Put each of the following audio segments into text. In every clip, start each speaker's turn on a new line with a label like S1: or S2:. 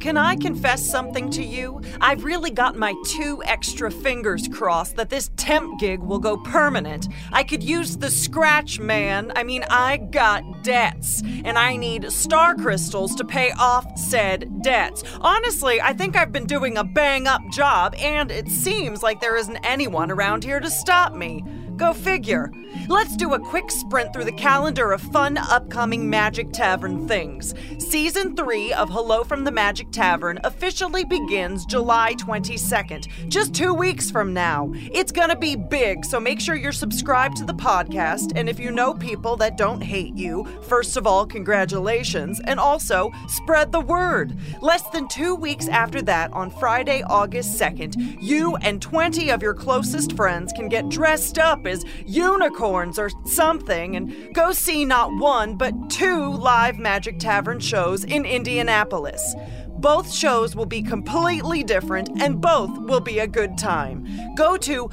S1: Can I confess something to you? I've really got my two extra fingers crossed that this temp gig will go permanent. I could use the scratch man. I mean, I got debts, and I need star crystals to pay off said debts. Honestly, I think I've been doing a bang up job, and it seems like there isn't anyone around here to stop me. Go figure. Let's do a quick sprint through the calendar of fun upcoming Magic Tavern things. Season 3 of Hello from the Magic Tavern officially begins July 22nd, just two weeks from now. It's gonna be big, so make sure you're subscribed to the podcast. And if you know people that don't hate you, first of all, congratulations, and also spread the word. Less than two weeks after that, on Friday, August 2nd, you and 20 of your closest friends can get dressed up as unicorns or something and go see not one, but two live Magic Tavern shows in Indianapolis. Both shows will be completely different and both will be a good time. Go to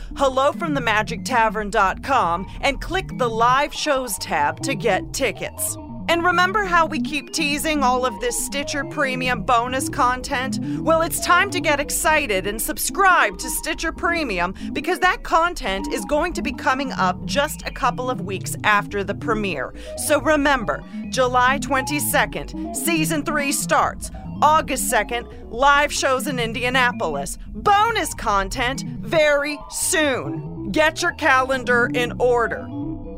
S1: hellofromthemagictavern.com and click the live shows tab to get tickets. And remember how we keep teasing all of this Stitcher Premium bonus content? Well, it's time to get excited and subscribe to Stitcher Premium because that content is going to be coming up just a couple of weeks after the premiere. So remember, July 22nd, season 3 starts. August 2nd, live shows in Indianapolis. Bonus content very soon. Get your calendar in order.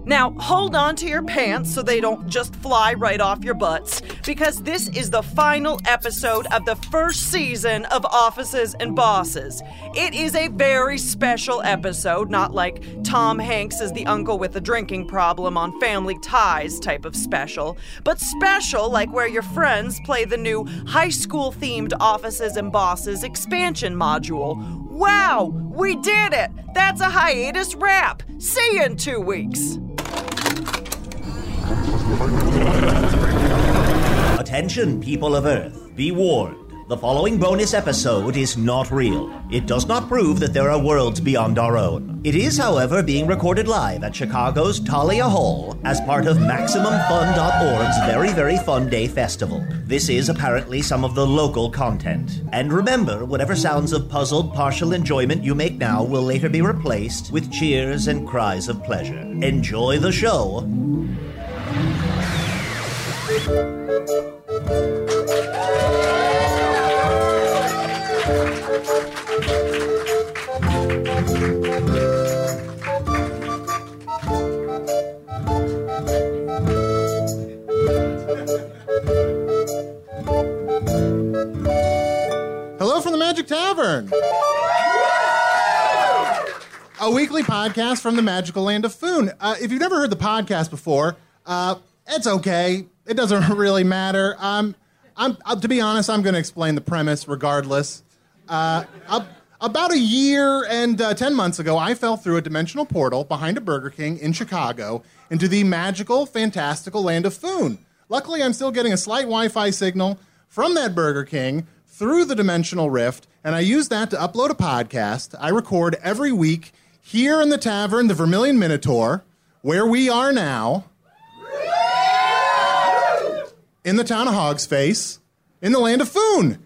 S1: Now, hold on to your pants so they don't just fly right off your butts, because this is the final episode of the first season of Offices and Bosses. It is a very special episode, not like Tom Hanks is the uncle with a drinking problem on Family Ties type of special, but special like where your friends play the new high school themed Offices and Bosses expansion module. Wow, we did it! That's a hiatus wrap! See you in two weeks!
S2: Attention, people of Earth. Be warned. The following bonus episode is not real. It does not prove that there are worlds beyond our own. It is, however, being recorded live at Chicago's Talia Hall as part of MaximumFun.org's Very Very Fun Day Festival. This is apparently some of the local content. And remember, whatever sounds of puzzled, partial enjoyment you make now will later be replaced with cheers and cries of pleasure. Enjoy the show.
S3: Hello from the Magic Tavern. A weekly podcast from the magical land of Foon. Uh, if you've never heard the podcast before, uh, it's okay. It doesn't really matter. Um, I'm, uh, to be honest, I'm going to explain the premise regardless. Uh, ab- about a year and uh, 10 months ago, I fell through a dimensional portal behind a Burger King in Chicago into the magical, fantastical land of Foon. Luckily, I'm still getting a slight Wi Fi signal from that Burger King through the dimensional rift, and I use that to upload a podcast. I record every week here in the tavern, the Vermilion Minotaur, where we are now, in the town of Hog's Face, in the land of Foon.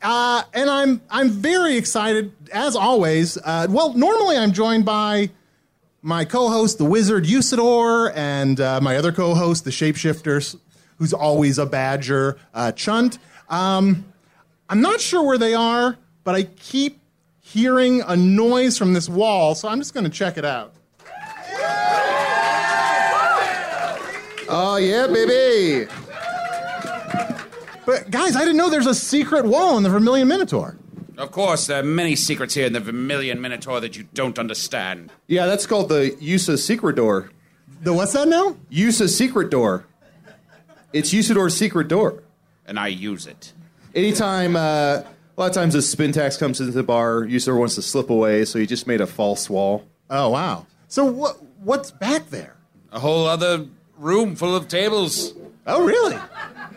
S3: Uh, and I'm I'm very excited as always. Uh, well, normally I'm joined by my co-host, the wizard Usador, and uh, my other co-host, the shapeshifter, who's always a badger, uh, Chunt. Um, I'm not sure where they are, but I keep hearing a noise from this wall, so I'm just going to check it out.
S4: Oh, yeah, baby.
S3: But guys, I didn't know there's a secret wall in the Vermilion Minotaur.
S5: Of course, there are many secrets here in the Vermilion Minotaur that you don't understand.
S4: Yeah, that's called the Yusa secret door.
S3: The what's that now?
S4: Yusa secret door. It's Usador's secret door.
S5: And I use it.
S4: Anytime, uh, a lot of times, a spin tax comes into the bar, Usador wants to slip away, so he just made a false wall.
S3: Oh wow. So what what's back there?
S5: A whole other room full of tables.
S3: Oh really?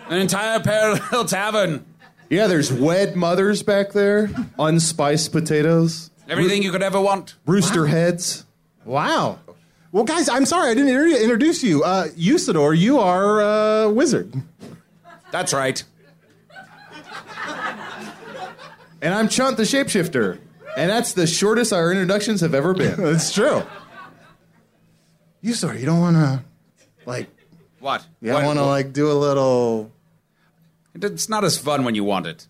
S5: An entire parallel tavern.
S4: Yeah, there's wed mothers back there, unspiced potatoes,
S5: Everything you could ever want.
S4: rooster heads.
S3: Wow. Well, guys, I'm sorry I didn't inter- introduce you. Uh, Usador, you are a wizard.
S5: That's right.
S4: And I'm Chunt the Shapeshifter. And that's the shortest our introductions have ever been.
S3: It's true. Usador, you don't want to, like,
S5: What?
S3: you don't
S5: What-
S3: want to, like, do a little.
S5: It's not as fun when you want it.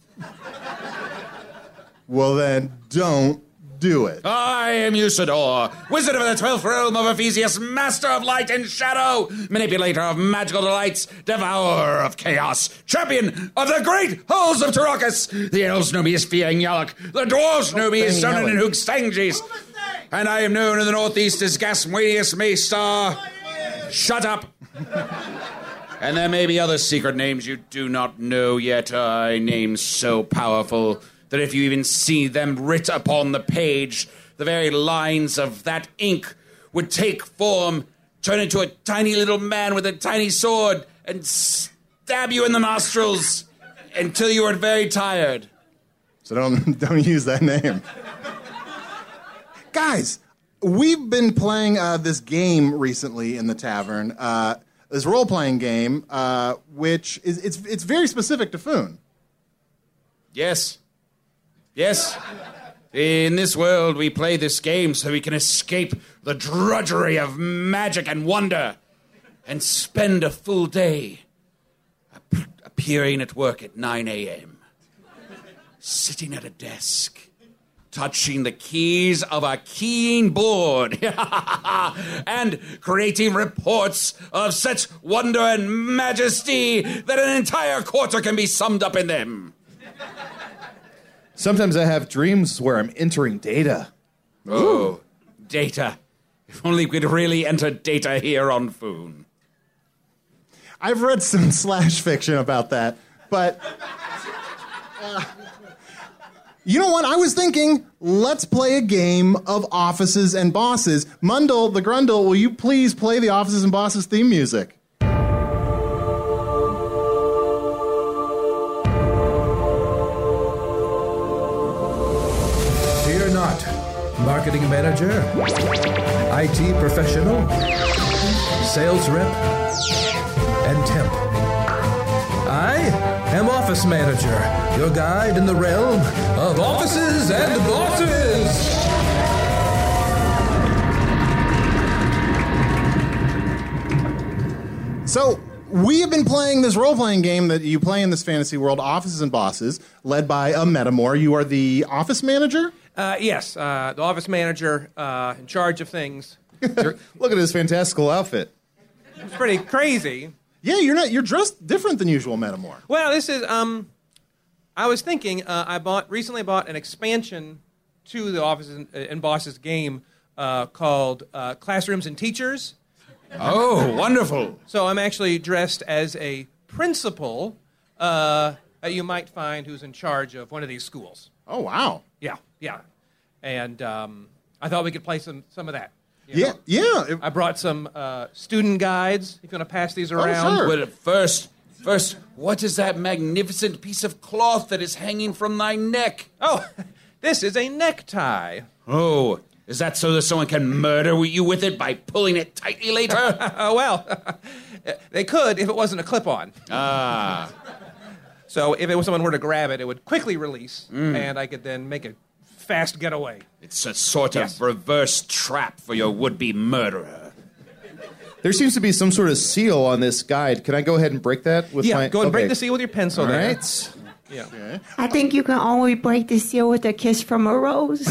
S3: Well, then, don't do it.
S5: I am Usador, wizard of the twelfth realm of Ephesius, master of light and shadow, manipulator of magical delights, devourer of chaos, champion of the great halls of Tarakas. The elves know me as Fiang Yalak, the dwarves know me as Sonnen and Hoogstangis, and I am known in the northeast as Gasmuidius Maystar. Shut up! and there may be other secret names you do not know yet, I names so powerful that if you even see them writ upon the page, the very lines of that ink would take form, turn into a tiny little man with a tiny sword, and stab you in the nostrils until you are very tired.
S3: So don't don't use that name. Guys, we've been playing uh, this game recently in the tavern. Uh, this role playing game, uh, which is it's it's very specific to Foon.
S5: Yes. Yes. In this world, we play this game so we can escape the drudgery of magic and wonder and spend a full day ap- appearing at work at 9 a.m., sitting at a desk, touching the keys of a keying board, and creating reports of such wonder and majesty that an entire quarter can be summed up in them.
S4: Sometimes I have dreams where I'm entering data.
S5: Oh, data. If only we'd really enter data here on Foon.
S3: I've read some slash fiction about that, but uh, you know what? I was thinking, let's play a game of offices and bosses. Mundle the Grundle, will you please play the offices and bosses theme music?
S6: Fear not. Marketing manager, IT professional, sales rep, and temp. I am office manager, your guide in the realm of offices and bosses.
S3: So we have been playing this role-playing game that you play in this fantasy world, Offices and Bosses, led by a Metamore. You are the office manager.
S7: Uh, yes, uh, the office manager uh, in charge of things.
S4: Look at this fantastical outfit.
S7: It's pretty crazy.
S3: Yeah, you're not. You're dressed different than usual, Metamore.
S7: Well, this is. Um, I was thinking. Uh, I bought recently bought an expansion to the offices and, uh, and bosses game uh, called uh, Classrooms and Teachers.
S5: Oh, wonderful.
S7: So I'm actually dressed as a principal uh, that you might find who's in charge of one of these schools.
S3: Oh wow.
S7: Yeah, yeah. And um, I thought we could play some some of that. you
S3: Yeah,
S7: know?
S3: yeah. it-
S7: I brought some uh, student guides. If you want to pass these around.
S3: Oh, sure.
S5: But first, First, what is that magnificent piece of cloth that is hanging from thy neck?
S7: Oh, this is a necktie.
S5: Oh, is that so that someone can murder you with it by pulling it tightly later?
S7: Oh, well, they could if it wasn't a clip on. Ah. So if it was someone were to grab it, it would quickly release,
S5: Mm.
S7: and I could then make a fast getaway.
S5: it's a sort of reverse trap for your would be murderer.
S4: There seems to be some sort of seal on this guide. Can I go ahead and break that with
S7: Yeah,
S4: my?
S7: go and break
S4: okay.
S7: the seal with your pencil
S4: All
S7: there.
S4: right.
S7: Yeah.
S8: I think you can only break the seal with a kiss from a rose.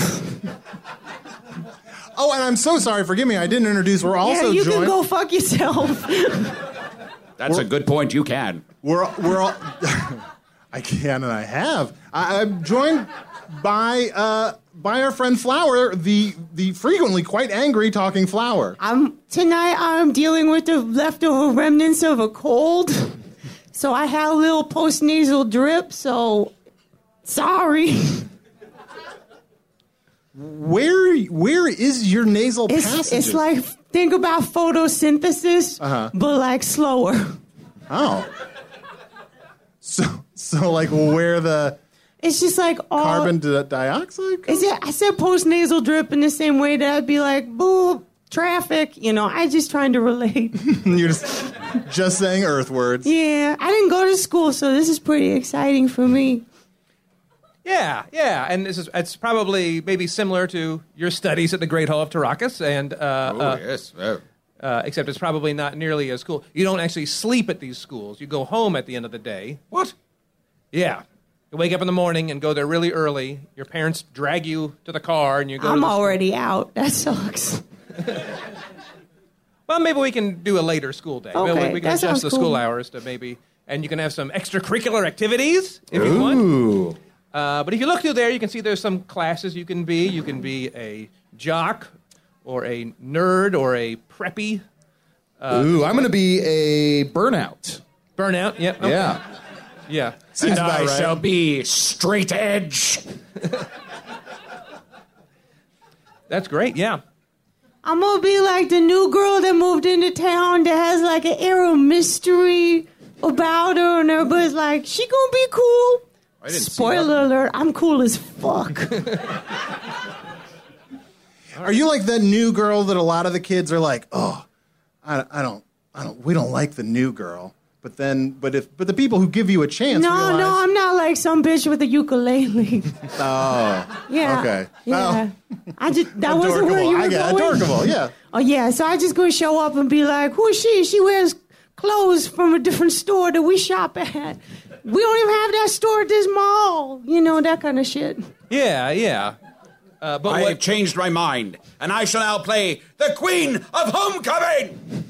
S3: Oh, and I'm so sorry. Forgive me. I didn't introduce. We're also
S8: yeah, you
S3: joined.
S8: can go fuck yourself.
S5: That's a good point. You can.
S3: We're we're all. I can and I have. I, I'm joined by uh, by our friend Flower, the the frequently quite angry talking Flower.
S8: I'm tonight. I'm dealing with the leftover remnants of a cold, so I had a little postnasal drip. So sorry.
S3: Where where is your nasal
S8: It's
S3: passage?
S8: it's like think about photosynthesis, but like slower.
S3: Uh-huh. oh. So so like where the
S8: It's just like all.
S3: carbon di- dioxide?
S8: Is it? I said postnasal drip in the same way that I'd be like, boo, traffic. You know, I just trying to relate.
S3: You're just just saying earth words.
S8: yeah, I didn't go to school, so this is pretty exciting for me.
S7: Yeah, yeah, and this is it's probably maybe similar to your studies at the Great Hall of Tarakas, and uh, uh,
S5: yes.
S7: uh, except it's probably not nearly as cool. You don't actually sleep at these schools; you go home at the end of the day.
S5: What?
S7: Yeah, you wake up in the morning and go there really early. Your parents drag you to the car, and you go. to
S8: I'm
S7: the school.
S8: already out. That sucks.
S7: Well, maybe we can do a later school day. Maybe
S8: Okay,
S7: we, can
S8: that
S7: adjust
S8: sounds
S7: the school
S8: cool.
S7: hours to maybe, and you can have some extracurricular activities if you want. Uh, but if you look through there, you can see there's some classes you can be. You can be a jock, or a nerd, or a preppy Uh,
S4: Ooh, I'm going to be a burnout.
S7: burnout. Yep. oh,
S4: Yeah.
S7: Yeah.
S5: and
S3: Seems about
S5: I
S3: right.
S5: shall be straight edge.
S7: That's great. Yeah.
S8: I'm gonna be like the new girl that moved into town that has like an air of mystery about her, and everybody's like, she gonna be cool.
S5: didn't see
S8: Spoiler alert, I'm cool as fuck.
S3: Are you like the new girl that a lot of the kids are like, oh, I, I don't, I don't, we don't like the new girl. But then, but if, but the people who give you a chance,
S8: No,
S3: realize,
S8: no, I'm not like some bitch with a ukulele. oh. Yeah.
S3: okay.
S8: Yeah. I just that wasn't where
S3: adorkable.
S8: you were
S3: I get
S8: going.
S3: adorkable. Yeah.
S8: Oh yeah, so I just gonna show up and be like, "Who is she? She wears clothes from a different store that we shop at. We don't even have that store at this mall. You know that kind of shit."
S7: Yeah. Yeah. Uh, but
S5: I
S7: what,
S5: have changed my mind, and I shall now play the Queen of Homecoming.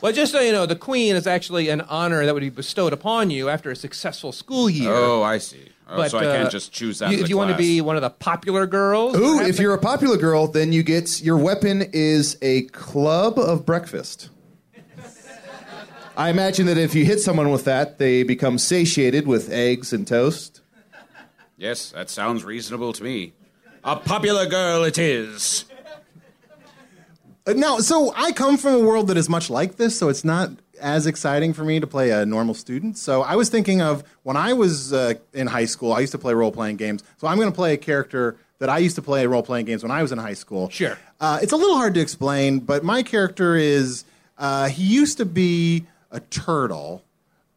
S7: well, just so you know, the queen is actually an honor that would be bestowed upon you after a successful school year.
S5: I see. Oh,
S7: But, uh, you- If you want to be one of the popular girls,
S4: Ooh,
S7: perhaps-
S4: if you're a popular girl, then you get your weapon is a club of breakfast. I imagine that if you hit someone with that, they become satiated with eggs and toast.
S5: Yes, that sounds reasonable to me. A popular girl it is.
S3: Uh, Now, so I come from a world that is much like this, so it's not as exciting for me to play a normal student. So I was thinking of when I was uh, in high school, I used to play role playing games. So I'm going to play a character that I used to play role playing games when I was in high school.
S7: Sure.
S3: Uh, it's a little hard to explain, but my character is uh, he used to be a turtle,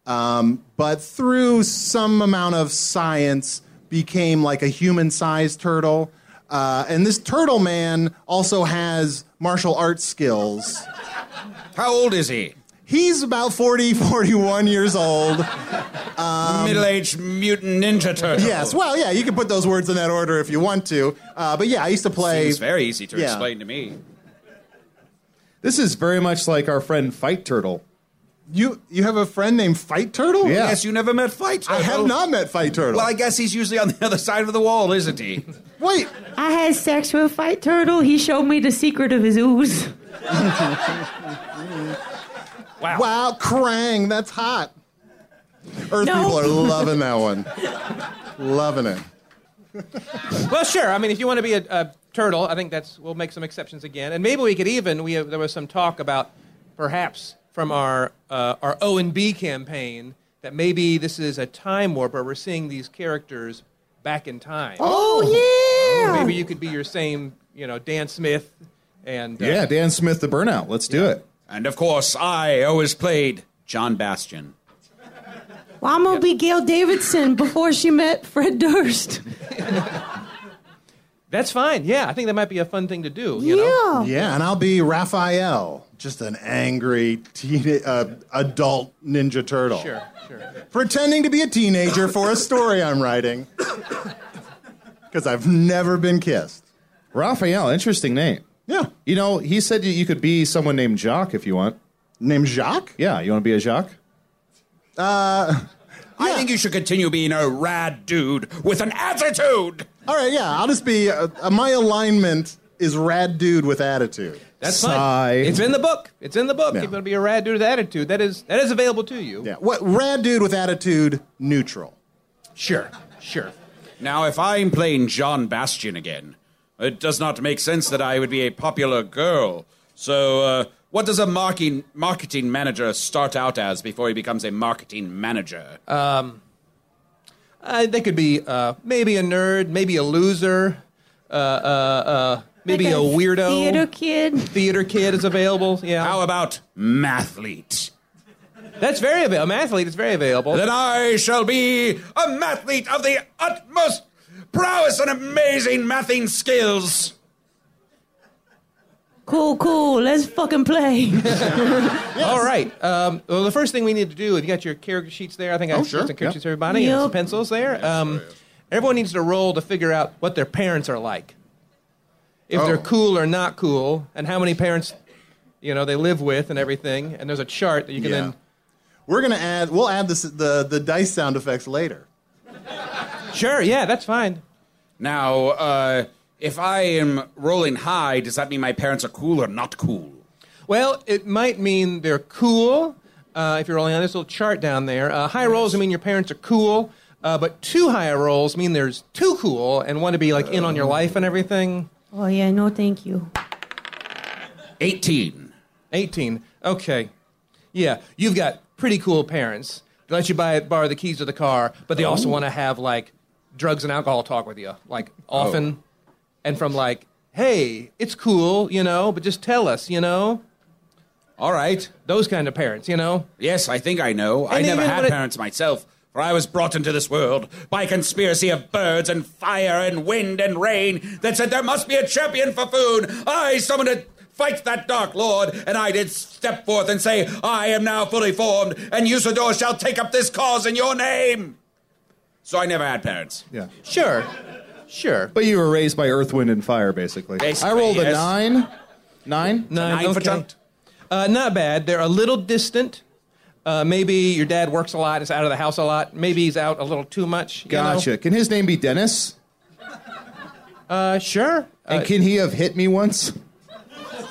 S3: um, but through some amount of science, became like a human sized turtle. Uh, and this turtle man also has martial arts skills.
S5: How old is he?
S3: He's about 40, 41 years old.
S5: Middle-aged mutant ninja turtle.
S3: Um, Yes, well, yeah, you can put those words in that order if you want to. Uh, but yeah, I used to play.
S5: Seems very easy to
S3: Yeah.
S5: explain to me.
S4: This is very much like our friend Fight Turtle.
S3: You you have a friend named Fight Turtle?
S4: Yeah.
S5: Yes, you never met Fight Turtle.
S3: I have not met Fight Turtle.
S5: Well, I guess he's usually on the other side of the wall, isn't he?
S3: Wait,
S8: I had sex with Fight Turtle. He showed me the secret of his ooze.
S3: wow, Krang, that's hot. Earth
S8: No.
S3: people are loving that one. loving it.
S7: Well, sure. I mean, if you want to be a, a turtle, I think that's we'll make some exceptions again, and maybe we could even. We have, there was some talk about perhaps from our uh, our O and B campaign that maybe this is a time warp where we're seeing these characters back in time.
S8: Oh yeah.
S7: Maybe you could be your same, you know, Dan Smith and uh,
S4: Yeah, Dan Smith, the burnout. Let's do it.
S5: And of course, I always played John Bastion.
S8: Well, I'm gonna be Gail Davidson before she met Fred Durst.
S7: That's fine. Yeah, I think that might be a fun thing to do. You know?
S8: yeah.
S3: Yeah, and I'll be Raphael, just an angry teen, uh, adult Ninja Turtle.
S7: Sure, sure.
S3: Pretending to be a teenager for a story I'm writing because I've never been kissed.
S4: Raphael, interesting name.
S3: Yeah.
S4: You know, he said that you could be someone named Jock if you want.
S3: Named Jacques?
S4: Yeah, you want to be a Jock?
S3: Uh,
S5: I think you should continue being a rad dude with an attitude.
S3: All right, yeah, I'll just be. Uh, uh, my alignment is rad dude with attitude.
S7: That's
S4: Sigh.
S7: fine. It's in the book. It's in the book.
S3: Yeah.
S7: If you want to be a rad dude with attitude, that is that is available to you.
S3: Yeah. What? Rad dude with attitude, neutral.
S7: Sure, sure.
S5: Now, if I'm playing John Bastion again, it does not make sense that I would be a popular girl. So, uh, what does a marketing, marketing manager start out as before he becomes a marketing manager?
S7: Um, Uh, they could be uh, maybe a nerd, maybe a loser, uh, uh, uh, maybe
S8: Like
S7: a, weirdo.
S8: Theater kid.
S7: Theater kid is available. Yeah,
S5: How about mathlete?
S7: that's very available. I'm athlete. It's very available.
S5: Then I shall be a mathlete of the utmost prowess and amazing mathing skills.
S8: Cool, cool. Let's fucking play.
S7: All right. Um, well, the first thing we need to do, you got your character sheets there. I think I got
S4: sure,
S7: some character
S4: yeah.
S7: sheets, everybody, and
S8: Yep.
S7: some pencils there. Um, everyone needs to roll to figure out what their parents are like, if they're cool or not cool, and how many parents, you know, they live with, and everything. And there's a chart that you can
S3: Yeah.
S7: then.
S3: We're gonna add. We'll add this, the the dice sound effects later.
S7: Sure. Yeah, that's fine.
S5: Now, uh, if I am rolling high, does that mean my parents are cool or not cool?
S7: Well, it might mean they're cool. Uh, if you're rolling on this little chart down there, uh, high rolls mean your parents are cool, uh, but two higher rolls mean there's too cool and want to be like in on your life and everything.
S8: oh yeah, no, thank you.
S5: 18.
S7: 18. Okay. Yeah, you've got pretty cool parents. They let you buy, borrow the keys to the car, but they
S5: Oh.
S7: also want to have like drugs and alcohol talk with you, like
S5: Oh.
S7: often. And from like, hey, it's cool, you know, but just tell us, you know?
S5: All right.
S7: Those kind of parents, you know?
S5: Yes, I think I know. I
S7: And
S5: never
S7: even
S5: had
S7: when it-
S5: parents myself, for I was brought into this world by a conspiracy of birds and fire and wind and rain that said there must be a champion for food. I summoned it. Fight that dark lord, and I did step forth and say, I am now fully formed, and Usador shall take up this cause in your name. So I never had parents.
S4: Yeah.
S7: Sure. Sure.
S4: But you were raised by earth, wind, and fire, basically.
S5: Basically,
S4: I rolled a
S5: yes.
S4: nine. Nine?
S7: Nine,
S5: Nine for
S7: okay.
S5: junk.
S7: Uh, not bad. They're a little distant. Uh, maybe your dad works a lot, is out of the house a lot. Maybe he's out a little too much. you know?
S4: Gotcha. Can his name be Dennis?
S7: Uh, sure.
S4: And can he have hit me once?
S5: Uh,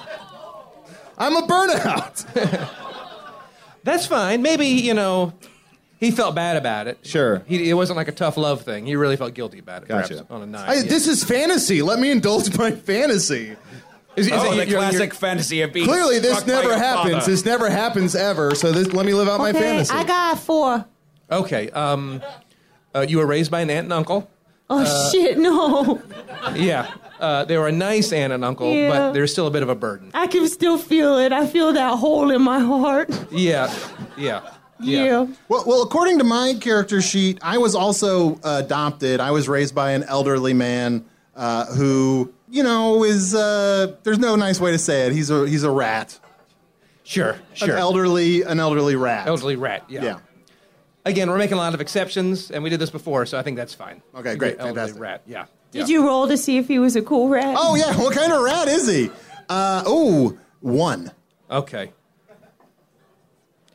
S4: I'm a burnout.
S7: That's fine. Maybe you know, he felt bad about it.
S4: Sure.
S7: he, it wasn't like a tough love thing. He really felt guilty about it.
S4: Gotcha.
S7: Perhaps on a nine.
S4: I,
S7: yeah.
S4: This is fantasy. Let me indulge my fantasy.
S7: Is- is
S5: Oh,
S7: it
S5: the
S7: your- your-
S5: classic fantasy of being
S4: Clearly, this
S5: struck by your
S4: never happens.
S5: father.
S4: This never happens ever. So this, let me live out my
S8: Okay,
S4: fantasy.
S8: I got four.
S7: okay. Um, uh, you were raised by an aunt and uncle. Uh,
S8: Oh shit, no.
S7: Yeah. Uh, they were a nice aunt and uncle,
S8: Yeah.
S7: but they're still a bit of a burden.
S8: I can still feel it. I feel that hole in my heart.
S7: Yeah. Yeah.
S8: Yeah.
S3: Well, well, according to my character sheet, I was also adopted. I was raised by an elderly man uh, who, you know, is uh, there's no nice way to say it. He's a he's a rat,
S7: Sure. Sure.
S3: an elderly an elderly rat.
S7: Elderly rat. Yeah.
S3: Yeah.
S7: Again, we're making a lot of exceptions, and we did this before, so I think that's fine.
S3: Okay,
S7: The
S3: great,
S7: elderly
S3: fantastic.
S7: rat. Yeah.
S8: Did you roll to see if he was a cool rat?
S3: Oh yeah, what kind of rat is he? Uh, oh, one.
S7: Okay.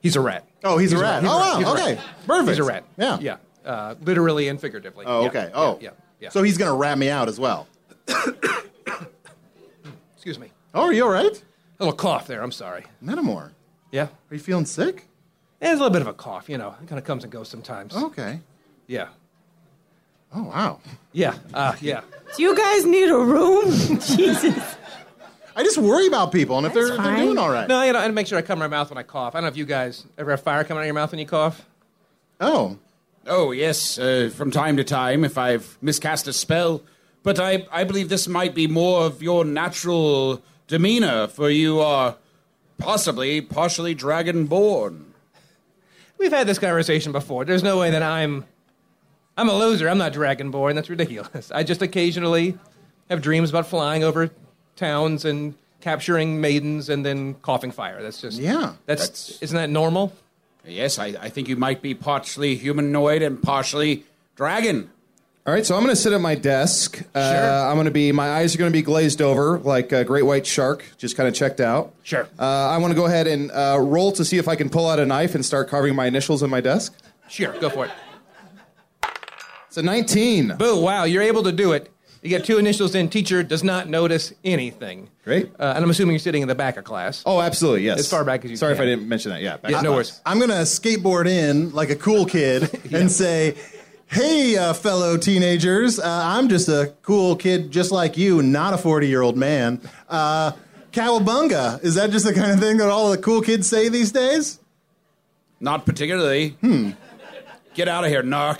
S7: He's a rat.
S3: Oh, he's, a rat.
S7: he's a
S3: oh
S7: rat,
S3: wow,
S7: he's a rat.
S3: okay, perfect.
S7: He's a rat.
S3: Yeah,
S7: Yeah. Uh, literally and figuratively.
S3: Oh,
S7: Yeah,
S3: okay.
S7: yeah,
S3: oh,
S7: Yeah. yeah.
S3: So he's gonna rat me out as well.
S7: excuse me.
S3: Oh, are you all right,
S7: A little cough there. I'm sorry.
S3: Metamore?
S7: Yeah.
S3: Are you feeling sick?
S7: There's a little bit of a cough, you know. It kind of comes and goes sometimes.
S3: Okay.
S7: Yeah.
S3: Oh wow.
S7: Yeah. Uh, yeah.
S8: Do you guys need a room? Jesus.
S3: I I just worry about people and if they're, if they're
S8: fine.
S3: doing all right.
S7: No, you know, and make sure I cover my mouth when I cough. I don't know if you guys ever have fire coming out of your mouth when you cough.
S3: Oh,
S5: Oh, yes, uh, from time to time, if I've miscast a spell. But I, I believe this might be more of your natural demeanor, for you are possibly partially dragonborn.
S7: We've had this conversation before. There's no way that I'm, I'm a loser. I'm not dragonborn. That's ridiculous. I just occasionally have dreams about flying over towns and capturing maidens and then coughing fire. That's just
S3: Yeah.
S7: That's,
S5: That's-
S7: isn't that normal?
S5: Yes, I, I think you might be partially humanoid and partially dragon.
S4: All right, so I'm going to sit at my desk. Uh, I'm going to be, my eyes are going to be glazed over like a great white shark, just kind of checked out.
S7: Sure.
S4: Uh, I want to go ahead and uh, roll to see if I can pull out a knife and start carving my initials in my desk.
S7: Sure, go for it.
S4: It's a 19.
S7: Boo! Wow, you're able to do it. You get two initials in. Teacher does not notice anything.
S4: Great.
S7: Uh, and I'm assuming you're sitting in the back of class.
S4: Oh, absolutely, yes.
S7: As far back as you
S4: Sorry
S7: can.
S4: if I didn't mention that. Yeah, back
S7: Yeah,
S4: to
S7: no
S4: class.
S7: worries.
S3: I'm gonna skateboard in like a cool kid and say, "Hey, uh, fellow teenagers, uh, I'm just a cool kid just like you, not a 40 year old man." Uh, Cowabunga! Is that just the kind of thing that all the cool kids say these days?
S5: Not particularly. Hmm. Get out of here, narc.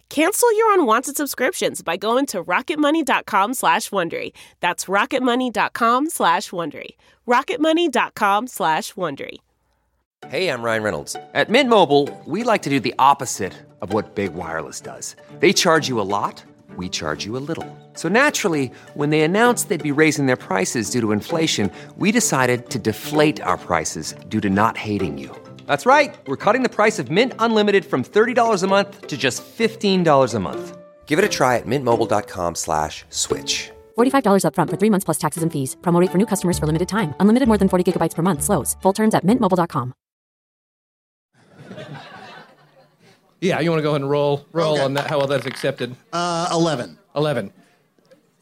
S9: Cancel your unwanted subscriptions by going to rocketmoney.com slash Wondery. That's rocketmoney.com slash Wondery. rocketmoney.com slash Wondery.
S10: Hey, I'm Ryan Reynolds. At Mint Mobile, we like to do the opposite of what Big Wireless does. They charge you a lot, we charge you a little. So naturally, when they announced they'd be raising their prices due to inflation, we decided to deflate our prices due to not hating you. That's right. We're cutting the price of Mint Unlimited from $30 a month to just $15 a month. Give it a try at mintmobile.com slash switch.
S11: $45 upfront for three months plus taxes and fees. Promo rate for new customers for limited time. Unlimited more than 40 gigabytes per month. Slows. Full terms at mintmobile.com.
S7: Yeah, you want to go ahead and roll, roll
S3: Okay.
S7: on that, how well that's accepted.
S3: Uh, Eleven.
S7: 11.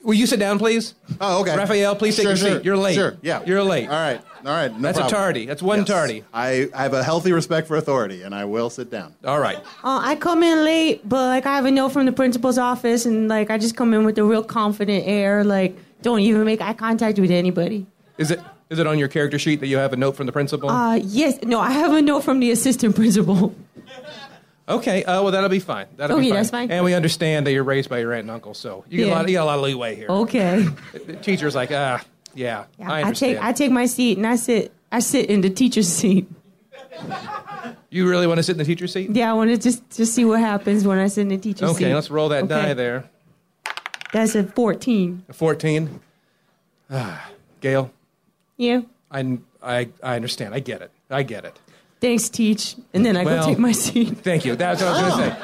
S7: Will you sit down, please?
S3: Oh, okay.
S7: Raphael, please take
S3: Sure,
S7: your
S3: sure,
S7: seat. You're late.
S3: Sure, yeah.
S7: You're late.
S3: All right, all right. No
S7: That's a
S3: problem.
S7: tardy. That's one
S3: Yes.
S7: tardy.
S3: I, I have a healthy respect for authority, and I will sit down.
S7: All right.
S8: Uh, I come in late, but like I have a note from the principal's office, and like I just come in with a real confident air, like don't even make eye contact with anybody.
S7: Is it is it on your character sheet that you have a note from the principal?
S8: Uh, yes, no, I have a note from the assistant principal.
S7: okay. Uh, well, that'll be fine. That'll be
S8: Okay,
S7: fine.
S8: that's fine.
S7: And we understand that you're raised by your aunt and uncle, so you get, a,
S8: Yeah.
S7: lot, you get a lot of leeway here.
S8: Okay,
S7: The teacher's like, ah, yeah, I understand.
S8: take I take my seat and I sit I sit in the teacher's seat.
S7: you really want to sit in the teacher's seat?
S8: Yeah, I want to just just see what happens when I sit in the teacher's
S7: okay,
S8: seat.
S7: let's roll that die
S8: Okay.
S7: there.
S8: That's a fourteen.
S7: A 14. Ah, Gail,
S8: Yeah,
S7: I, I, I understand. I get it. I get it.
S8: thanks, teach. And then I
S7: Well-
S8: go take my seat. Oh.
S7: Thank you. That's what I was going to say.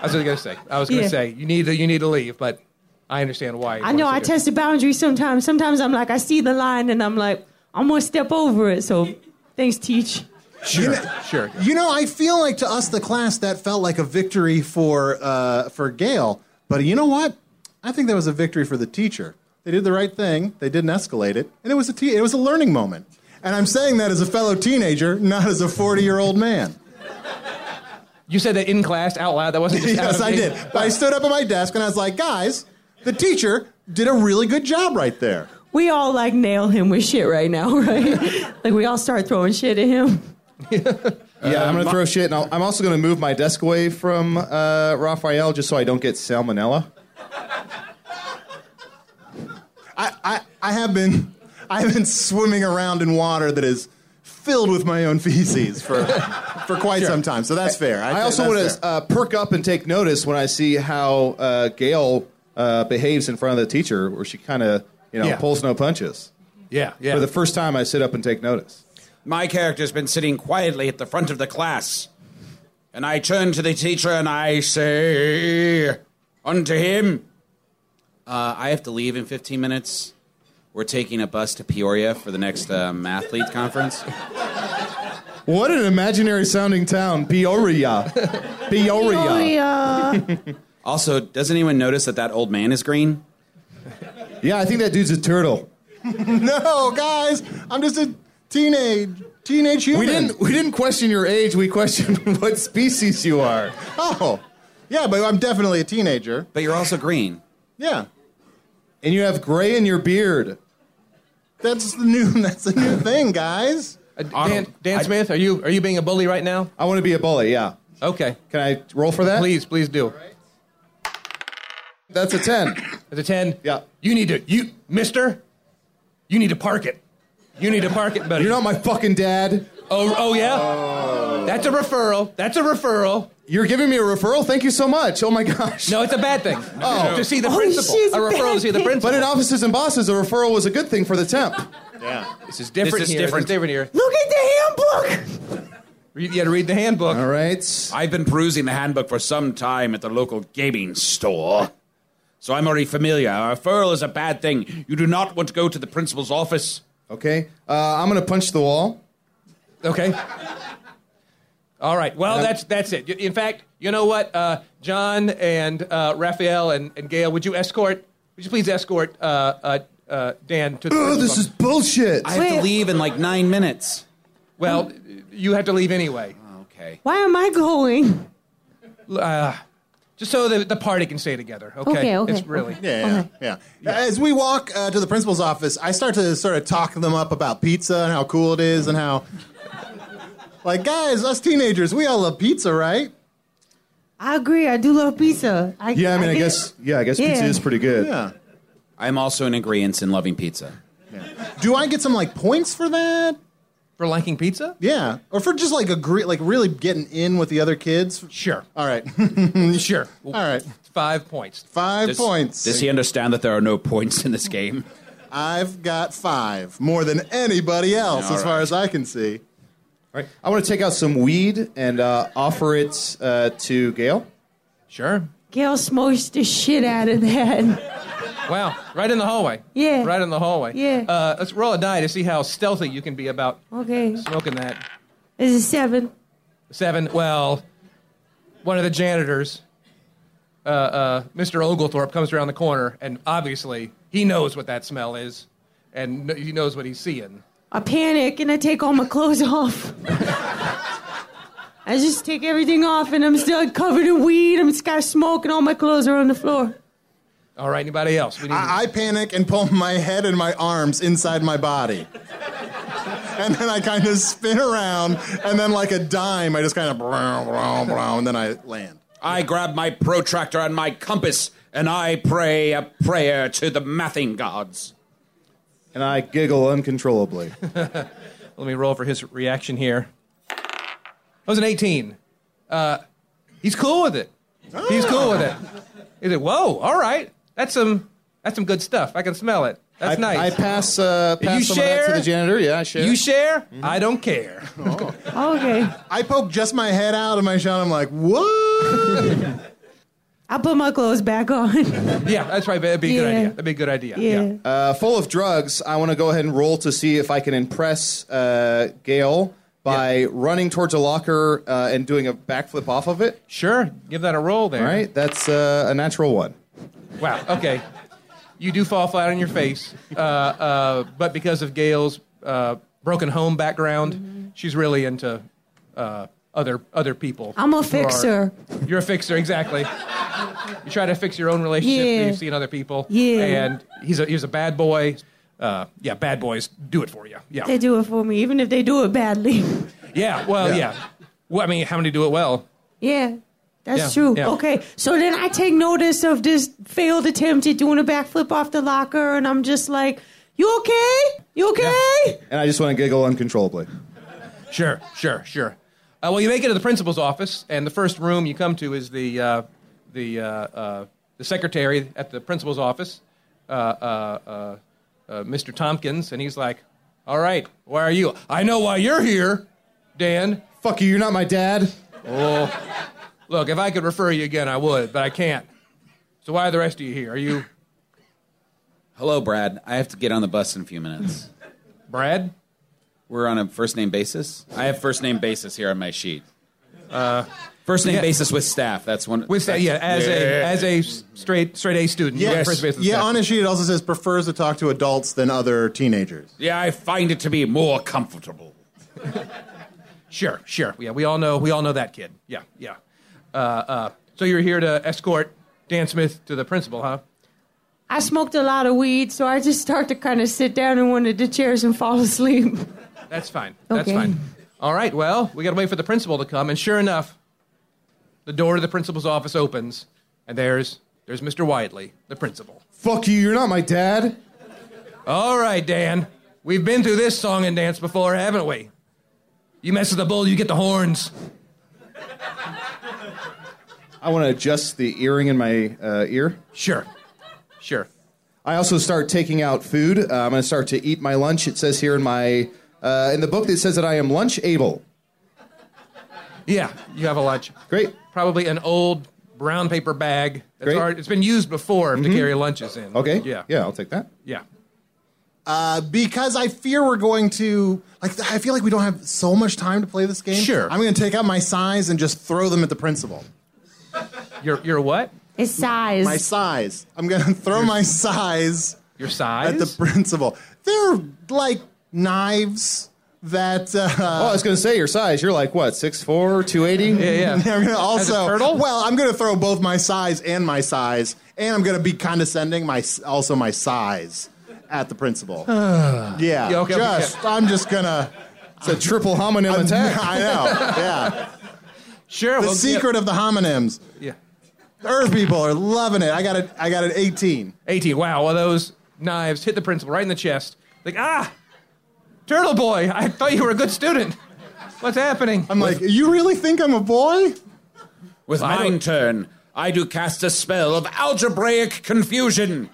S7: I was going to say. I was going to
S8: Yeah.
S7: say you need to you need to leave, but I understand why. you
S8: I
S7: wanna
S8: know
S7: sit
S8: I
S7: here.
S8: test the boundaries sometimes. Sometimes I'm like I see the line and I'm like I'm gonna step over it. So thanks, teach.
S7: Sure, sure.
S3: You know, I feel like to us, the class, that felt like a victory for uh, for Gail. But you know what? I think that was a victory for the teacher. They did the right thing. They didn't escalate it, and it was a te- it was a learning moment. And I'm saying that as a fellow teenager, not as a 40 year old man.
S7: You said that in class out loud. That wasn't. Just out
S3: yes,
S7: of
S3: I
S7: me.
S3: did. But I stood up at my desk and I was like, guys, the teacher did a really good job right there.
S8: we all like nail him with shit right now, right? like we all start throwing shit at him.
S4: Yeah,
S7: Uh,
S4: I'm gonna throw shit, and I'll, I'm also gonna move my desk away from uh, Raphael just so I don't get salmonella.
S3: I, I, I have been I have been swimming around in water that is filled with my own feces for for quite some time. So that's fair.
S4: I also want to uh, perk up and take notice when I see how uh, Gail uh, behaves in front of the teacher, where she kind of you know
S5: Yeah.
S4: pulls no punches.
S7: Yeah, yeah.
S4: For the first time, I sit up and take notice.
S5: My character's been sitting quietly at the front of the class. And I turn to the teacher and I say unto him, uh, I have to leave in 15 minutes. We're taking a bus to Peoria for the next uh, mathlete conference.
S4: What an imaginary sounding town, Peoria. Peoria.
S8: uh,
S5: Also, does anyone notice that that old man is green?
S4: Yeah, I think that dude's a turtle.
S3: no, guys, I'm just a teenage teenage human.
S4: We didn't we didn't question your age, we questioned what species you are.
S3: Oh, yeah, but I'm definitely a teenager.
S5: But you're also green.
S3: Yeah,
S4: And you have gray in your beard.
S3: that's the new that's the new thing, guys.
S7: Uh, Dan, Dan Smith, are you are you being a bully right now?
S4: I want to be a bully, yeah.
S7: Okay,
S4: Can I roll for that?
S7: please, please do.
S4: That's a 10.
S7: As a ten,
S4: Yeah.
S7: You need to, you Mister, you need to park it. You need to park it, buddy.
S4: You're not my fucking dad.
S7: oh, oh yeah. That's a referral. That's a referral.
S4: You're giving me a referral? Thank you so much. Oh my gosh.
S7: No, it's a bad thing.
S4: Oh.
S7: to see the
S8: Oh,
S7: principal.
S8: she's
S7: A referral to see the
S8: bad.
S7: principal.
S4: But in offices and bosses, a referral was a good thing for the temp.
S7: this is different
S5: This is
S7: here.
S5: different.
S7: This is different here.
S8: Look at the handbook.
S7: Read- You had to read the handbook.
S4: All right.
S5: I've been perusing the handbook for some time at the local gaming store. So I'm already familiar. A referral is a bad thing. You do not want to go to the principal's office.
S4: Okay. Uh, I'm going to punch the wall.
S7: Okay. All right. Well, that's that's it. Y- In fact, you know what, uh, John and uh, Raphael and, and Gail, would you escort? Would you please escort uh, uh, uh, Dan to the?
S4: Oh,
S7: principal's
S4: this is
S7: office?
S4: bullshit.
S5: I have to
S8: Wait.
S5: leave in like nine minutes.
S7: Well, you have to leave anyway,
S5: Okay.
S8: Why am I going?
S7: uh, just so the, the party can stay together. Okay.
S8: Okay, okay,
S7: It's really.
S3: Yeah, yeah, yeah. As we walk uh, to the principal's office, I start to sort of talk them up about pizza and how cool it is and how, like, guys, us teenagers, we all love pizza, right?
S8: I agree. I do love pizza. I,
S4: Yeah, I mean, I
S8: did-
S4: guess, yeah, I guess pizza
S8: Yeah.
S4: is pretty good.
S3: Yeah.
S5: I'm also in agreement in loving pizza.
S3: Do I get some like points for that?
S7: For liking pizza?
S3: Yeah, or for just like agree, like really getting in with the other kids.
S7: Sure.
S3: All right,
S7: Sure.
S3: all right.
S7: Five points.
S3: Five
S5: Does-
S3: points.
S5: Does he understand that there are no points in this game?
S3: I've got five more than anybody else,
S5: All
S3: as far
S5: right.
S3: as I can see.
S4: All right. I want to take out some weed and uh, offer it uh, to Gail.
S7: Sure.
S8: Gail smokes the shit out of that.
S7: Wow. Right in the hallway.
S8: Yeah.
S7: Right in the hallway.
S8: Yeah.
S7: Uh, let's roll a die to see how stealthy you can be about
S8: Okay,
S7: smoking that.
S8: this is seven.
S7: Seven. Well, one of the janitors, uh, uh, Mr. Oglethorpe, comes around the corner, and obviously he knows what that smell is, and kn- he knows what he's seeing.
S8: I panic and I take all my clothes off. I just take everything off and I'm still covered in weed. I'm just got smoke and all my clothes are on the floor.
S7: All right. Anybody else? We need
S3: I, I panic and pull my head and my arms inside my body. And then I kind of spin around, and then like a dime, I just kind of, brown, brown, brown, and then I land.
S5: I grab my protractor and my compass and I pray a prayer to the mathing gods.
S4: And I giggle uncontrollably.
S7: Let me roll for his reaction here. That was an 18. Uh, he's cool with it. He's cool with it. He's like, whoa, all right. That's some, that's some good stuff. I can smell it. That's
S4: I, I
S7: nice.
S4: pass, uh,
S7: You
S4: pass some of that
S7: share?
S4: to the janitor. Yeah, I share.
S7: you share? I don't care.
S8: Okay.
S3: I poke just my head out of my shell, and I'm like, what?
S8: I put my clothes back on.
S7: yeah, that's right. That'd be a good
S8: Yeah.
S7: idea. That'd be a good idea.
S8: Yeah.
S4: uh, full of drugs, I want to go ahead and roll to see if I can impress uh, Gail by running towards a locker uh, and doing a backflip off of it.
S7: Sure. Give that a roll there.
S4: All right, that's uh, a natural one.
S7: Wow. Okay. You do fall flat on your face, uh, uh, but because of Gail's uh, broken home background,
S8: Mm-hmm.
S7: she's really into uh, other other people.
S8: I'm a
S7: who are-
S8: fixer.
S7: you're a fixer, exactly. You try to fix your own relationship that
S8: Yeah.
S7: you've seen other people.
S8: Yeah.
S7: And he's a he's a bad boy. uh, yeah, bad boys do it for you. Yeah.
S8: They do it for me, even if they do it badly.
S7: Yeah. Well, yeah. Well, I mean, how many do it well?
S8: yeah, that's
S7: Yeah,
S8: true.
S7: yeah.
S8: Okay, so then I take notice of this failed attempt at doing a backflip off the locker, and I'm just like, "You okay? You okay?"
S4: And I just want to giggle uncontrollably.
S7: Sure, sure, sure. Uh, well, you make it to the principal's office, and the first room you come to is the uh, the uh, uh, the secretary at the principal's office, uh, uh, uh, uh, Mr. Tompkins, and he's like, "All right, why are you? I know why you're here, Dan.
S4: Fuck you, you're not my dad.
S7: Oh, look, if I could refer you again, I would, but I can't. So why are the rest of you here? Are you
S12: Hello, Brad. I have to get on the bus in a few minutes.
S7: Brad?
S12: We're on a first name basis. I have first name basis here on my sheet. Uh, first name
S7: yeah.
S12: basis with staff. That's one.
S7: with that? Yeah, as a
S12: Yeah.
S7: as a s- straight straight A student. you
S3: Yes.
S7: first base with
S3: Yeah,
S7: staff.
S3: on his sheet it also says prefers to talk to adults than other teenagers.
S12: Yeah, I find it to be more comfortable.
S7: Sure, sure. Yeah, we all know we all know that kid. Yeah, yeah. Uh, uh, so you're here to escort Dan Smith to the principal, huh?
S8: I smoked a lot of weed, so I just start to kind of sit down in one of the chairs and fall asleep.
S7: That's fine. That's
S8: Okay.
S7: fine. All right. Well, we got to wait for the principal to come, and sure enough, the door to the principal's office opens, and there's there's Mr. Whiteley, the principal.
S4: Fuck you, you're not my dad.
S7: All right, Dan. We've been through this song and dance before, haven't we? You mess with the bull, you get the horns.
S4: I want to adjust the earring in my uh, ear.
S7: Sure. Sure.
S4: I also start taking out food. Uh, I'm going to start to eat my lunch. It says here in my uh, in the book that says that I am lunch able.
S7: Yeah, you have a lunch.
S4: Great.
S7: Probably an old brown paper bag. It's,
S4: Great. Mm-hmm.
S7: hard, it's been used before to carry lunches in.
S4: Okay.
S7: Yeah.
S4: Yeah, I'll take that.
S7: Yeah.
S3: Uh, because I fear we're going to like. I feel like we don't have so much time to play this game.
S7: Sure.
S3: I'm going to take out my size and just throw them at the principal.
S7: Your your what?
S8: His size.
S3: My size. I'm going to throw my size
S7: Your
S3: at
S7: size?
S3: the principal. They're like knives that.
S4: Oh, I
S3: Uh,
S4: was going to say your size. You're like what, 6'4", 280?
S7: yeah, yeah.
S3: I'm going to also.
S7: turtle?
S3: Well, I'm going to throw both my size and my size, and I'm going to be condescending. My s- also my size at the principal. yeah.
S7: Yeah, okay, okay,
S3: just. I'm just going to.
S4: It's a triple homonym attack.
S3: I know. Yeah.
S7: sure.
S3: The
S7: well,
S3: secret of the homonyms.
S7: Yeah.
S3: Earth people are loving it. I got it. I got an 18.
S7: 18. Wow. Well, those knives hit the principal right in the chest. Like, ah, turtle boy, I thought you were a good student. What's happening?
S3: I'm like, you really think I'm a boy?
S12: With
S7: Wow.
S12: mine turn, I do cast a spell of algebraic confusion.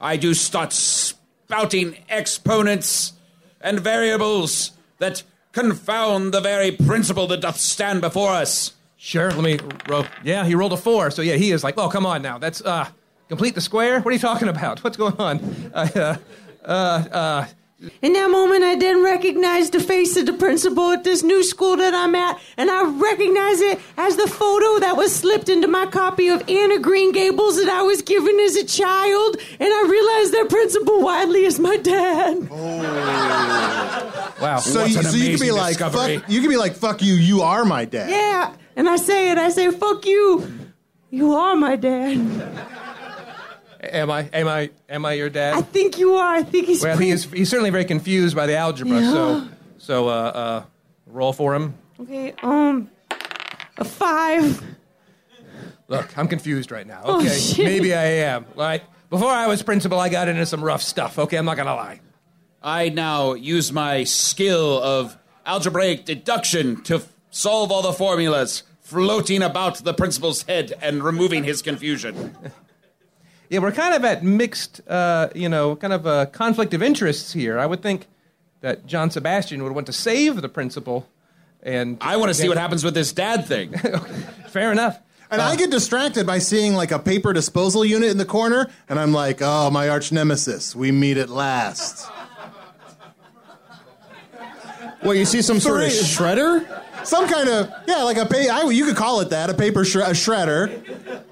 S12: I do start spouting exponents and variables that confound the very principle that doth stand before us.
S7: Sure, let me roll. Yeah, he rolled a four. So, yeah, he is like, oh, come on now. That's, uh, complete the square? What are you talking about? What's going on? Uh, uh, uh,
S8: In that moment, I then recognize the face of the principal at this new school that I'm at, and I recognize it as the photo that was slipped into my copy of Anna Green Gables that I was given as a child, and I realize that Principal Wiley is my dad.
S7: wow.
S3: Oh. So,
S12: What's
S3: you,
S12: an
S3: so you could
S12: amazing
S3: be like,
S12: discovery.
S3: fuck, you could be like, fuck you. You are my dad.
S8: Yeah, and I say it. I say, "Fuck you, you are my dad.
S7: Am I? Am I? Am I your
S8: I
S7: dad?
S8: think you are. I think he's
S7: Well,
S8: pretty-
S7: he is, he's certainly very confused by the algebra. So,
S8: Yeah.
S7: so uh, uh, roll for him.
S8: okay. Um, a five.
S7: Look, I'm confused right now.
S8: Oh,
S7: Okay,
S8: shit.
S7: maybe I am. Like before I was principal, I got into some rough stuff. Okay, I'm not gonna lie.
S12: I now use my skill of algebraic deduction to f- solve all the formulas floating about the principal's head and removing his confusion.
S7: Yeah, we're kind of at mixed, uh, you know, kind of a conflict of interests here. I would think that John Sebastian would want to save the principal, and
S12: I want to see what happens with this dad thing.
S7: fair enough. Uh,
S3: And I get distracted by seeing like a paper disposal unit in the corner, and I'm like, oh, my arch nemesis. We meet at last.
S4: Well, you see some sort of
S3: Three.
S4: shredder?
S3: Some kind of yeah, like a pa- I, you could call it that, a paper shre- a shredder.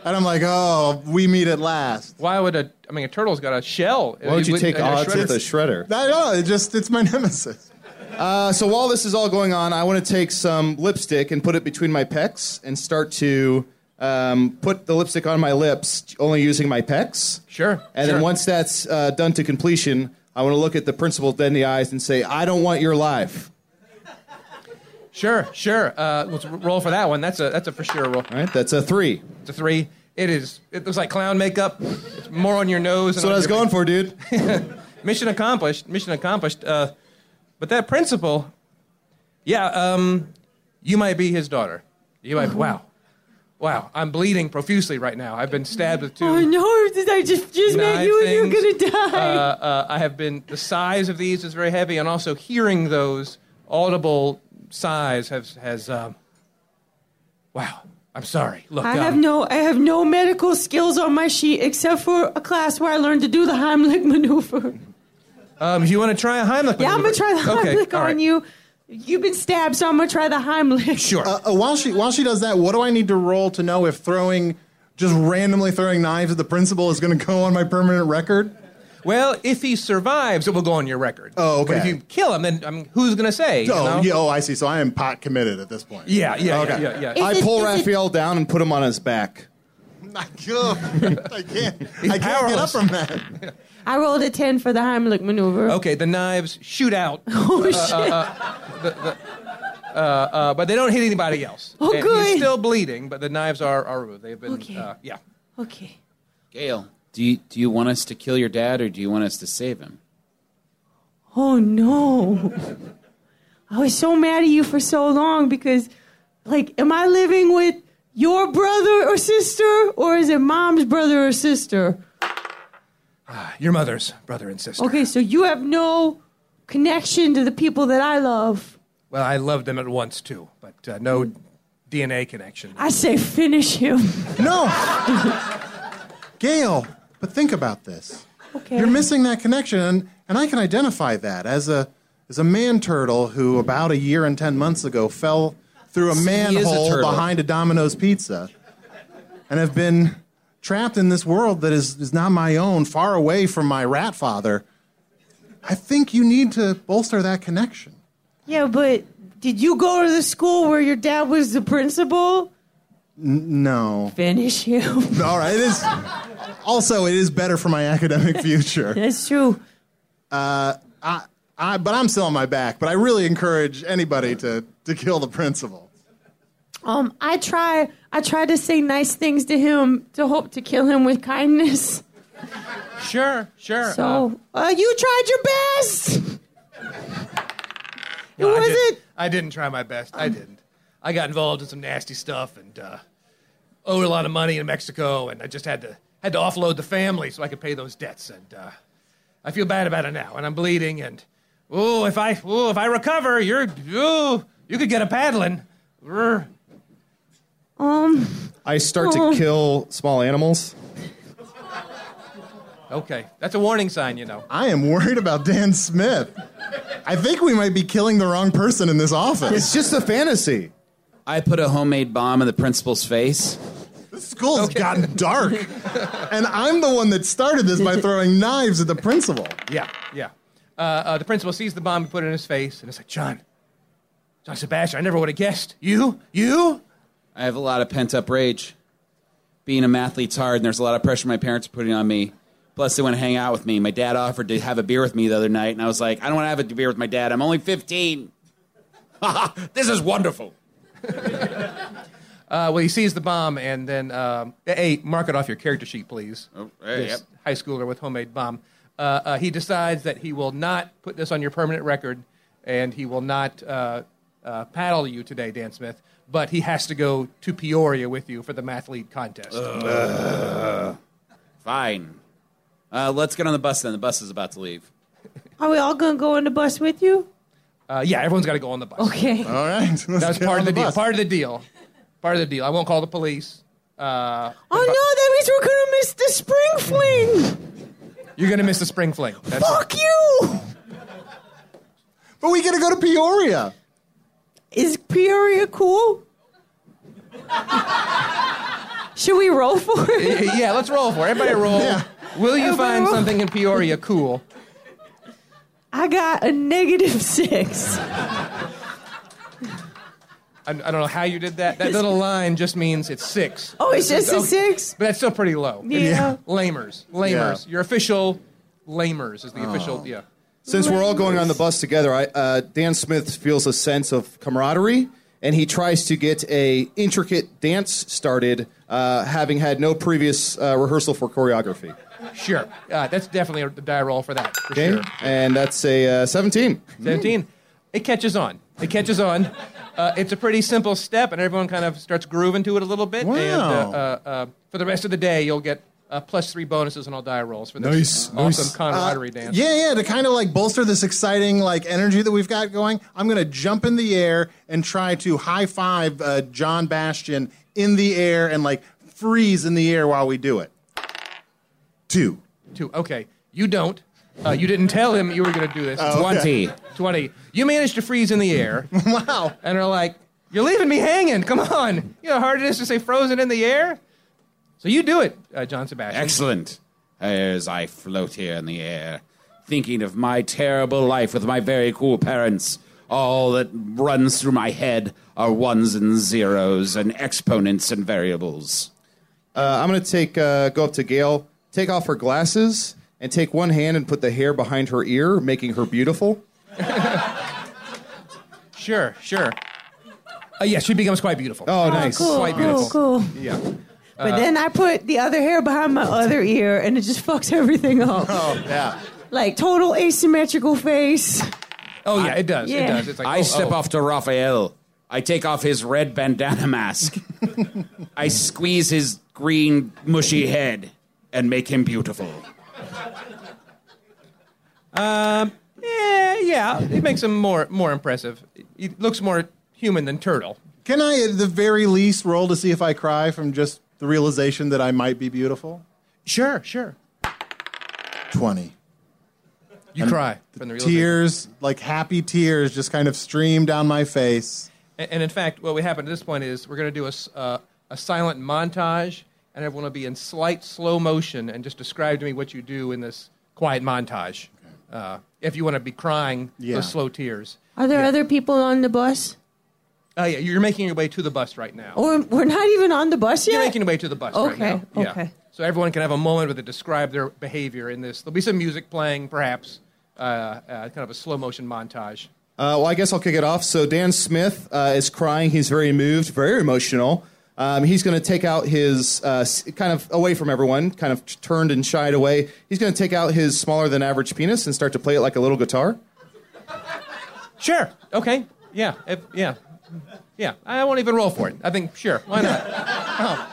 S3: And I'm like, oh, we meet at last.
S7: Why would a? I mean, a turtle's got a shell.
S4: Why don't you take
S7: uh,
S4: odds with a
S7: shredder?
S4: shredder?
S3: I know. It just it's my nemesis.
S4: Uh, so while this is all going on, I want to take some lipstick and put it between my pecs and start to um, put the lipstick on my lips, only using my pecs.
S7: Sure,
S4: And
S7: sure.
S4: then once that's uh, done to completion, I want to look at the principal dead in the eyes and say, "I don't want your life."
S7: Sure, sure. Uh, let's r- roll for that one. That's a that's a for sure roll.
S4: All right, that's a three.
S7: It's a three. It is. It looks like clown makeup. It's more on your nose.
S4: That's what I was going for, dude.
S7: Mission accomplished. Mission accomplished. Uh, but that principal, yeah, um, you might be his daughter. You might. Wow, wow. I'm bleeding profusely right now. I've been stabbed with two.
S8: Oh no! Did I just just met
S7: Knife
S8: you and
S7: things.
S8: you're gonna
S7: Uh,
S8: die?
S7: uh, I have been. The size of these is very heavy, and also hearing those audible sighs has has. Um, wow. I'm sorry. Look,
S8: I
S7: um,
S8: have no I have no medical skills on my sheet except for a class where I learned to do the Heimlich maneuver.
S7: Um, you want to try a Heimlich?
S8: Yeah, I'm gonna
S7: maneuver?
S8: try the
S7: Okay,
S8: Heimlich
S7: all
S8: on
S7: right.
S8: you. You've been stabbed, so I'm gonna try the Heimlich.
S7: Sure.
S3: Uh, uh, while she while she does that, what do I need to roll to know if throwing just randomly throwing knives at the principal is going to go on my permanent record?
S7: Well, if he survives, it will go on your record.
S3: Oh, okay.
S7: But if you kill him, then I mean, who's going to say? you
S3: oh,
S7: know?
S3: yeah, oh, I see. So I am pot committed at this point.
S7: Yeah, yeah,
S3: Okay.
S7: yeah, yeah, yeah.
S4: I
S8: it-
S4: pull
S8: is it-
S4: Raphael down and put him on his back.
S3: I can't. I can't get up
S7: powerless.
S3: from that.
S8: I rolled a ten for the Heimlich maneuver.
S7: Okay, the knives shoot out,
S8: Oh shit!
S7: uh, but they don't hit anybody else.
S8: Oh,
S7: And
S8: good.
S7: He's still bleeding, but the knives are, are removed. They've been,
S8: Okay.
S7: uh, yeah.
S8: okay.
S12: Gail, do you, do you want us to kill your dad or do you want us to save him?
S8: Oh no. I was so mad at you for so long because, like, am I living with your brother or sister, or is it mom's brother or sister?
S7: Your mother's brother and sister.
S8: Okay, so you have no connection to the people that I love.
S7: Well, I loved them at once too, but uh, no
S8: Mm.
S7: DNA connection.
S8: I say finish him.
S3: No. Gail, but think about this.
S8: Okay.
S3: You're missing that connection, and, and I can identify that as a as a man turtle who about a year and ten months ago fell through a manhole
S12: turtle.
S3: behind a Domino's pizza and have been trapped in this world that is, is not my own, far away from my rat father. I think you need to bolster that connection.
S8: Yeah, but did you go to the school where your dad was the principal?
S3: No.
S8: Finish him.
S3: All right. It is also it is better for my academic future. Uh,
S8: That's true.
S3: I, but I'm still on my back. But I really encourage anybody to to kill the principal.
S8: Um, I try. I try to say nice things to him to hope to kill him with kindness.
S7: Sure, sure. uh,
S8: So uh, you tried your best. it
S7: no, I
S8: wasn't.
S7: didn't- I didn't try my best.
S8: Um.
S7: I didn't. I got involved in some nasty stuff and uh, owed a lot of money in Mexico, and I just had to had to offload the family so I could pay those debts. And uh, I feel bad about it now, and I'm bleeding. And oh, if I oh if I recover, you're oh you could get a paddling. Brr.
S8: Um,
S4: I start to
S8: Oh.
S4: kill small animals.
S7: Okay, that's a warning sign, you know.
S3: I am worried about Dan Smith. I think we might be killing the wrong person in this office.
S4: It's just a fantasy.
S12: I put a homemade bomb in the principal's face.
S3: This school's gotten dark, and I'm the one that started this by throwing knives at the principal.
S7: Yeah, yeah. Uh, uh, the principal sees the bomb and put it in his face, and it's like John, John Sebastian. I never would have guessed you, you.
S12: I have a lot of pent up rage. Being a mathlete's hard, and there's a lot of pressure my parents are putting on me. Plus, they want to hang out with me. My dad offered to have a beer with me the other night, and I was like, I don't want to have a beer with my dad. I'm only 15. this is wonderful.
S7: Uh, well, he sees the bomb, and then um, hey, mark it off your character sheet, please.
S12: Oh, hey,
S7: This
S12: yep.
S7: High schooler with homemade bomb. Uh, uh, he decides that he will not put this on your permanent record, and he will not uh, uh, paddle you today, Dan Smith. But he has to go to Peoria with you for the mathlete contest.
S12: Fine. Uh, let's get on the bus then. The bus is about to leave.
S8: are we all gonna go on the bus with you?
S7: Uh, yeah, everyone's got to go on the bus.
S8: Okay.
S3: All right, let's
S7: That's
S3: get
S7: part
S3: on
S7: of the, deal.
S3: bus.
S7: Part of the deal. Part of the deal. I won't call the police. Uh,
S8: oh no, that means we're gonna miss the spring fling.
S7: you're gonna miss the spring fling. That's
S8: Fuck you.
S3: but we gotta go to Peoria.
S8: Is Peoria cool? Should we roll for it?
S7: yeah, let's roll for it. Everybody roll.
S3: Yeah.
S7: Will you
S8: Everybody
S7: find
S8: roll.
S7: something in Peoria cool?
S8: I got a negative six.
S7: I, I don't know how you did that. That little line just means it's six.
S8: Oh, it's just a six?
S7: But that's still pretty low.
S8: Yeah. Yeah.
S7: Lamers. Lamers. Your official lamers is the official, yeah.
S4: Since we're all going on the bus together, I, uh, Dan Smith feels a sense of camaraderie, and he tries to get a intricate dance started, uh, having had no previous uh, rehearsal for choreography.
S7: Sure. Uh, that's definitely a die roll for that, for
S4: Okay,
S7: sure.
S4: and that's a uh, seventeen.
S7: 17. It catches on. It catches on. Uh, it's a pretty simple step, and everyone kind of starts grooving to it a little bit. And
S3: Wow.
S7: uh, uh, uh, for the rest of the day, you'll get uh, plus three bonuses on all die rolls for this
S3: Nice,
S7: awesome
S3: nice.
S7: camaraderie dance.
S3: Uh, Yeah, yeah, to kind of like bolster this exciting like energy that we've got going, I'm going to jump in the air and try to high five uh, John Bastion in the air and like freeze in the air while we do it. Two.
S7: Two. Okay. You don't. Uh, you didn't tell him you were going to do this.
S3: Oh, okay.
S7: 20. 20. You managed to freeze in the air
S3: Wow.
S7: and are like, You're leaving me hanging. Come on. You know how hard it is to say frozen in the air? So you do it, uh, John Sebastian.
S12: Excellent. As I float here in the air, thinking of my terrible life with my very cool parents, all that runs through my head are ones and zeros and exponents and variables.
S4: Uh, I'm gonna take uh, go up to Gail, take off her glasses, and take one hand and put the hair behind her ear, making her beautiful.
S7: Sure, sure. Uh, yeah, she becomes quite beautiful.
S4: Oh, nice.
S8: Cool,
S7: Quite
S8: cool,
S7: beautiful.
S8: cool.
S7: Yeah. Uh, Uh-huh.
S8: But then I put the other hair behind my other ear, and it just fucks everything up.
S4: Yeah.
S8: Like total asymmetrical face.
S7: Oh, yeah, it does. It
S8: Yeah.
S7: does. It's like,
S12: I
S7: oh,
S12: step
S7: oh.
S12: off to Raphael. I take off his red bandana mask. I squeeze his green, mushy head and make him beautiful.
S7: um, Yeah, yeah. It makes him more more impressive. He looks more human than turtle.
S3: Can I at the very least roll to see if I cry from just the realization that I might be beautiful?
S7: Sure, sure.
S3: 20.
S7: You cry from the realization.
S3: Tears, like happy tears just kind of stream down my face.
S7: And, and in fact, what would happen at this point is we're going to do a, s- uh, a silent montage, and everyone will be in slight slow motion and just describe to me what you do in this quiet montage. Uh, if you want to be crying
S3: Yeah.
S7: those slow tears.
S8: Are there other people on the bus?
S7: Uh, yeah, you're making your way to the bus right now.
S8: Or we're not even on the bus yet?
S7: You're making your way to the bus right
S8: Oh, Okay,
S7: now. Yeah.
S8: okay.
S7: So everyone can have a moment where they describe their behavior in this. There'll be some music playing, perhaps, uh, uh, kind of a slow motion montage.
S4: Uh, well, I guess I'll kick it off. So Dan Smith uh, is crying. He's very moved, very emotional. Um, he's going to take out his uh, s- kind of away from everyone, kind of t- turned and shied away. He's going to take out his smaller than average penis and start to play it like a little guitar.
S7: Sure. Okay. Yeah. If, yeah. Yeah. I won't even roll for it. I think, sure. Why not? Uh-huh.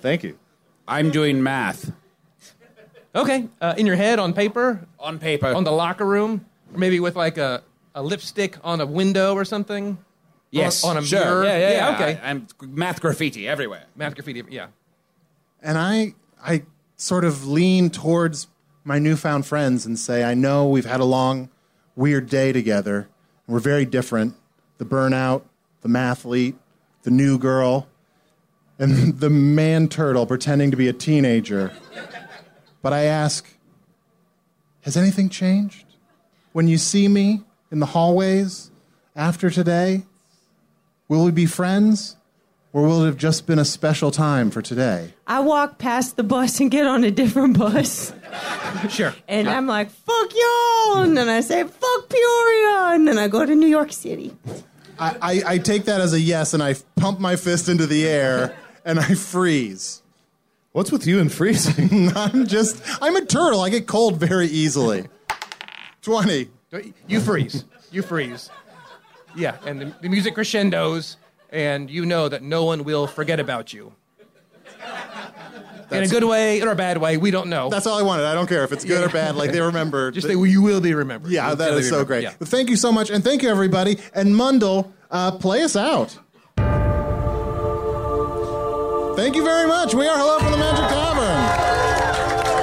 S4: Thank you.
S12: I'm doing math
S7: Okay. Uh, in your head, on paper,
S12: on paper.
S7: on the locker room, or maybe with like a, a lipstick on a window or something.
S12: yes,
S7: on a
S12: sure.
S7: mirror.
S12: Yeah, yeah,
S7: Yeah,
S12: yeah.
S7: okay.
S12: I, am math graffiti everywhere.
S7: Math graffiti. Yeah.
S3: and I I sort of lean towards my newfound friends and say, I know we've had a long, weird day together. We're very different. The burnout, the mathlete, the new girl, and the man turtle pretending to be a teenager. But I ask, has anything changed? When you see me in the hallways after today, will we be friends? Or will it have just been a special time for today?
S8: I walk past the bus and get on a different bus.
S7: Sure.
S8: And I'm like, fuck y'all. And then I say, fuck Peoria. And then I go to New York City.
S3: I, I, I take that as a yes, and I pump my fist into the air, and I freeze.
S4: What's with you and freezing?
S3: I'm just, I'm a turtle. I get cold very easily. 20.
S7: You freeze. You freeze. Yeah, and the, the music crescendos, and you know that no one will forget about you. In a good way or a bad way, we don't know.
S3: That's all I wanted. I don't care if it's good or bad. Like, they remember.
S7: Just that you will be remembered. You
S3: yeah,
S7: will
S3: that
S7: be
S3: is so
S7: remembered.
S3: great.
S7: Yeah.
S3: But thank you so much, and thank you, everybody. And Mundle, uh, play us out. Thank you very much. We are Hello from the Magic Tavern.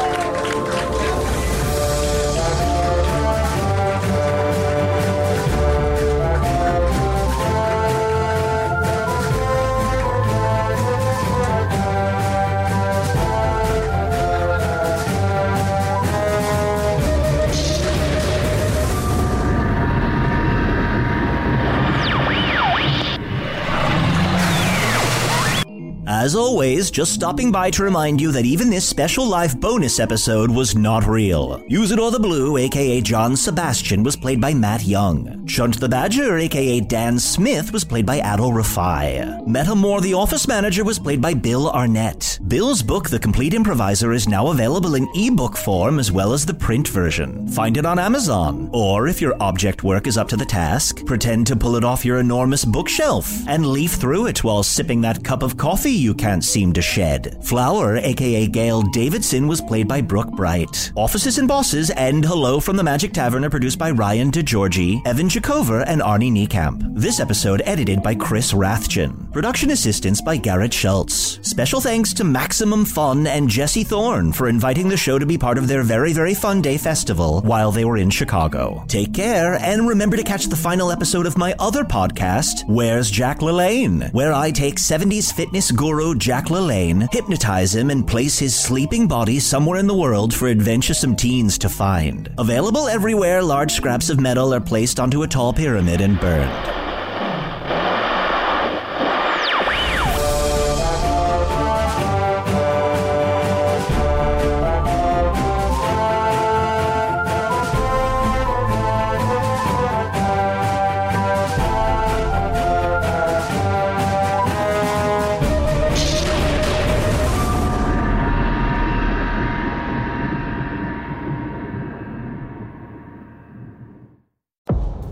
S2: As always, just stopping by to remind you that even this special life bonus episode was not real. Use It or the Blue, aka John Sebastian, was played by Matt Young. Chunt the Badger, aka Dan Smith, was played by Adol Rafai. Meta Moore, the office manager, was played by Bill Arnett. Bill's book, The Complete Improviser, is now available in ebook form as well as the print version. Find it on Amazon, or if your object work is up to the task, pretend to pull it off your enormous bookshelf and leaf through it while sipping that cup of coffee you can't seem to shed. Flower, aka Gail Davidson, was played by Brooke Bright. Offices and Bosses and Hello from the Magic Tavern are produced by Ryan DeGiorgi, Evan Jacover, and Arnie Niekamp. This episode edited by Chris Rathjen. Production assistance by Garrett Schultz. Special thanks to Maximum Fun and Jesse Thorne for inviting the show to be part of their very, very fun day festival while they were in Chicago. Take care and remember to catch the final episode of my other podcast, Where's Jack LaLanne, where I take 70s fitness guru Jack LaLanne, hypnotize him, and place his sleeping body somewhere in the world for adventuresome teens to find. Available everywhere, large scraps of metal are placed onto a tall pyramid and burned.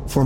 S13: For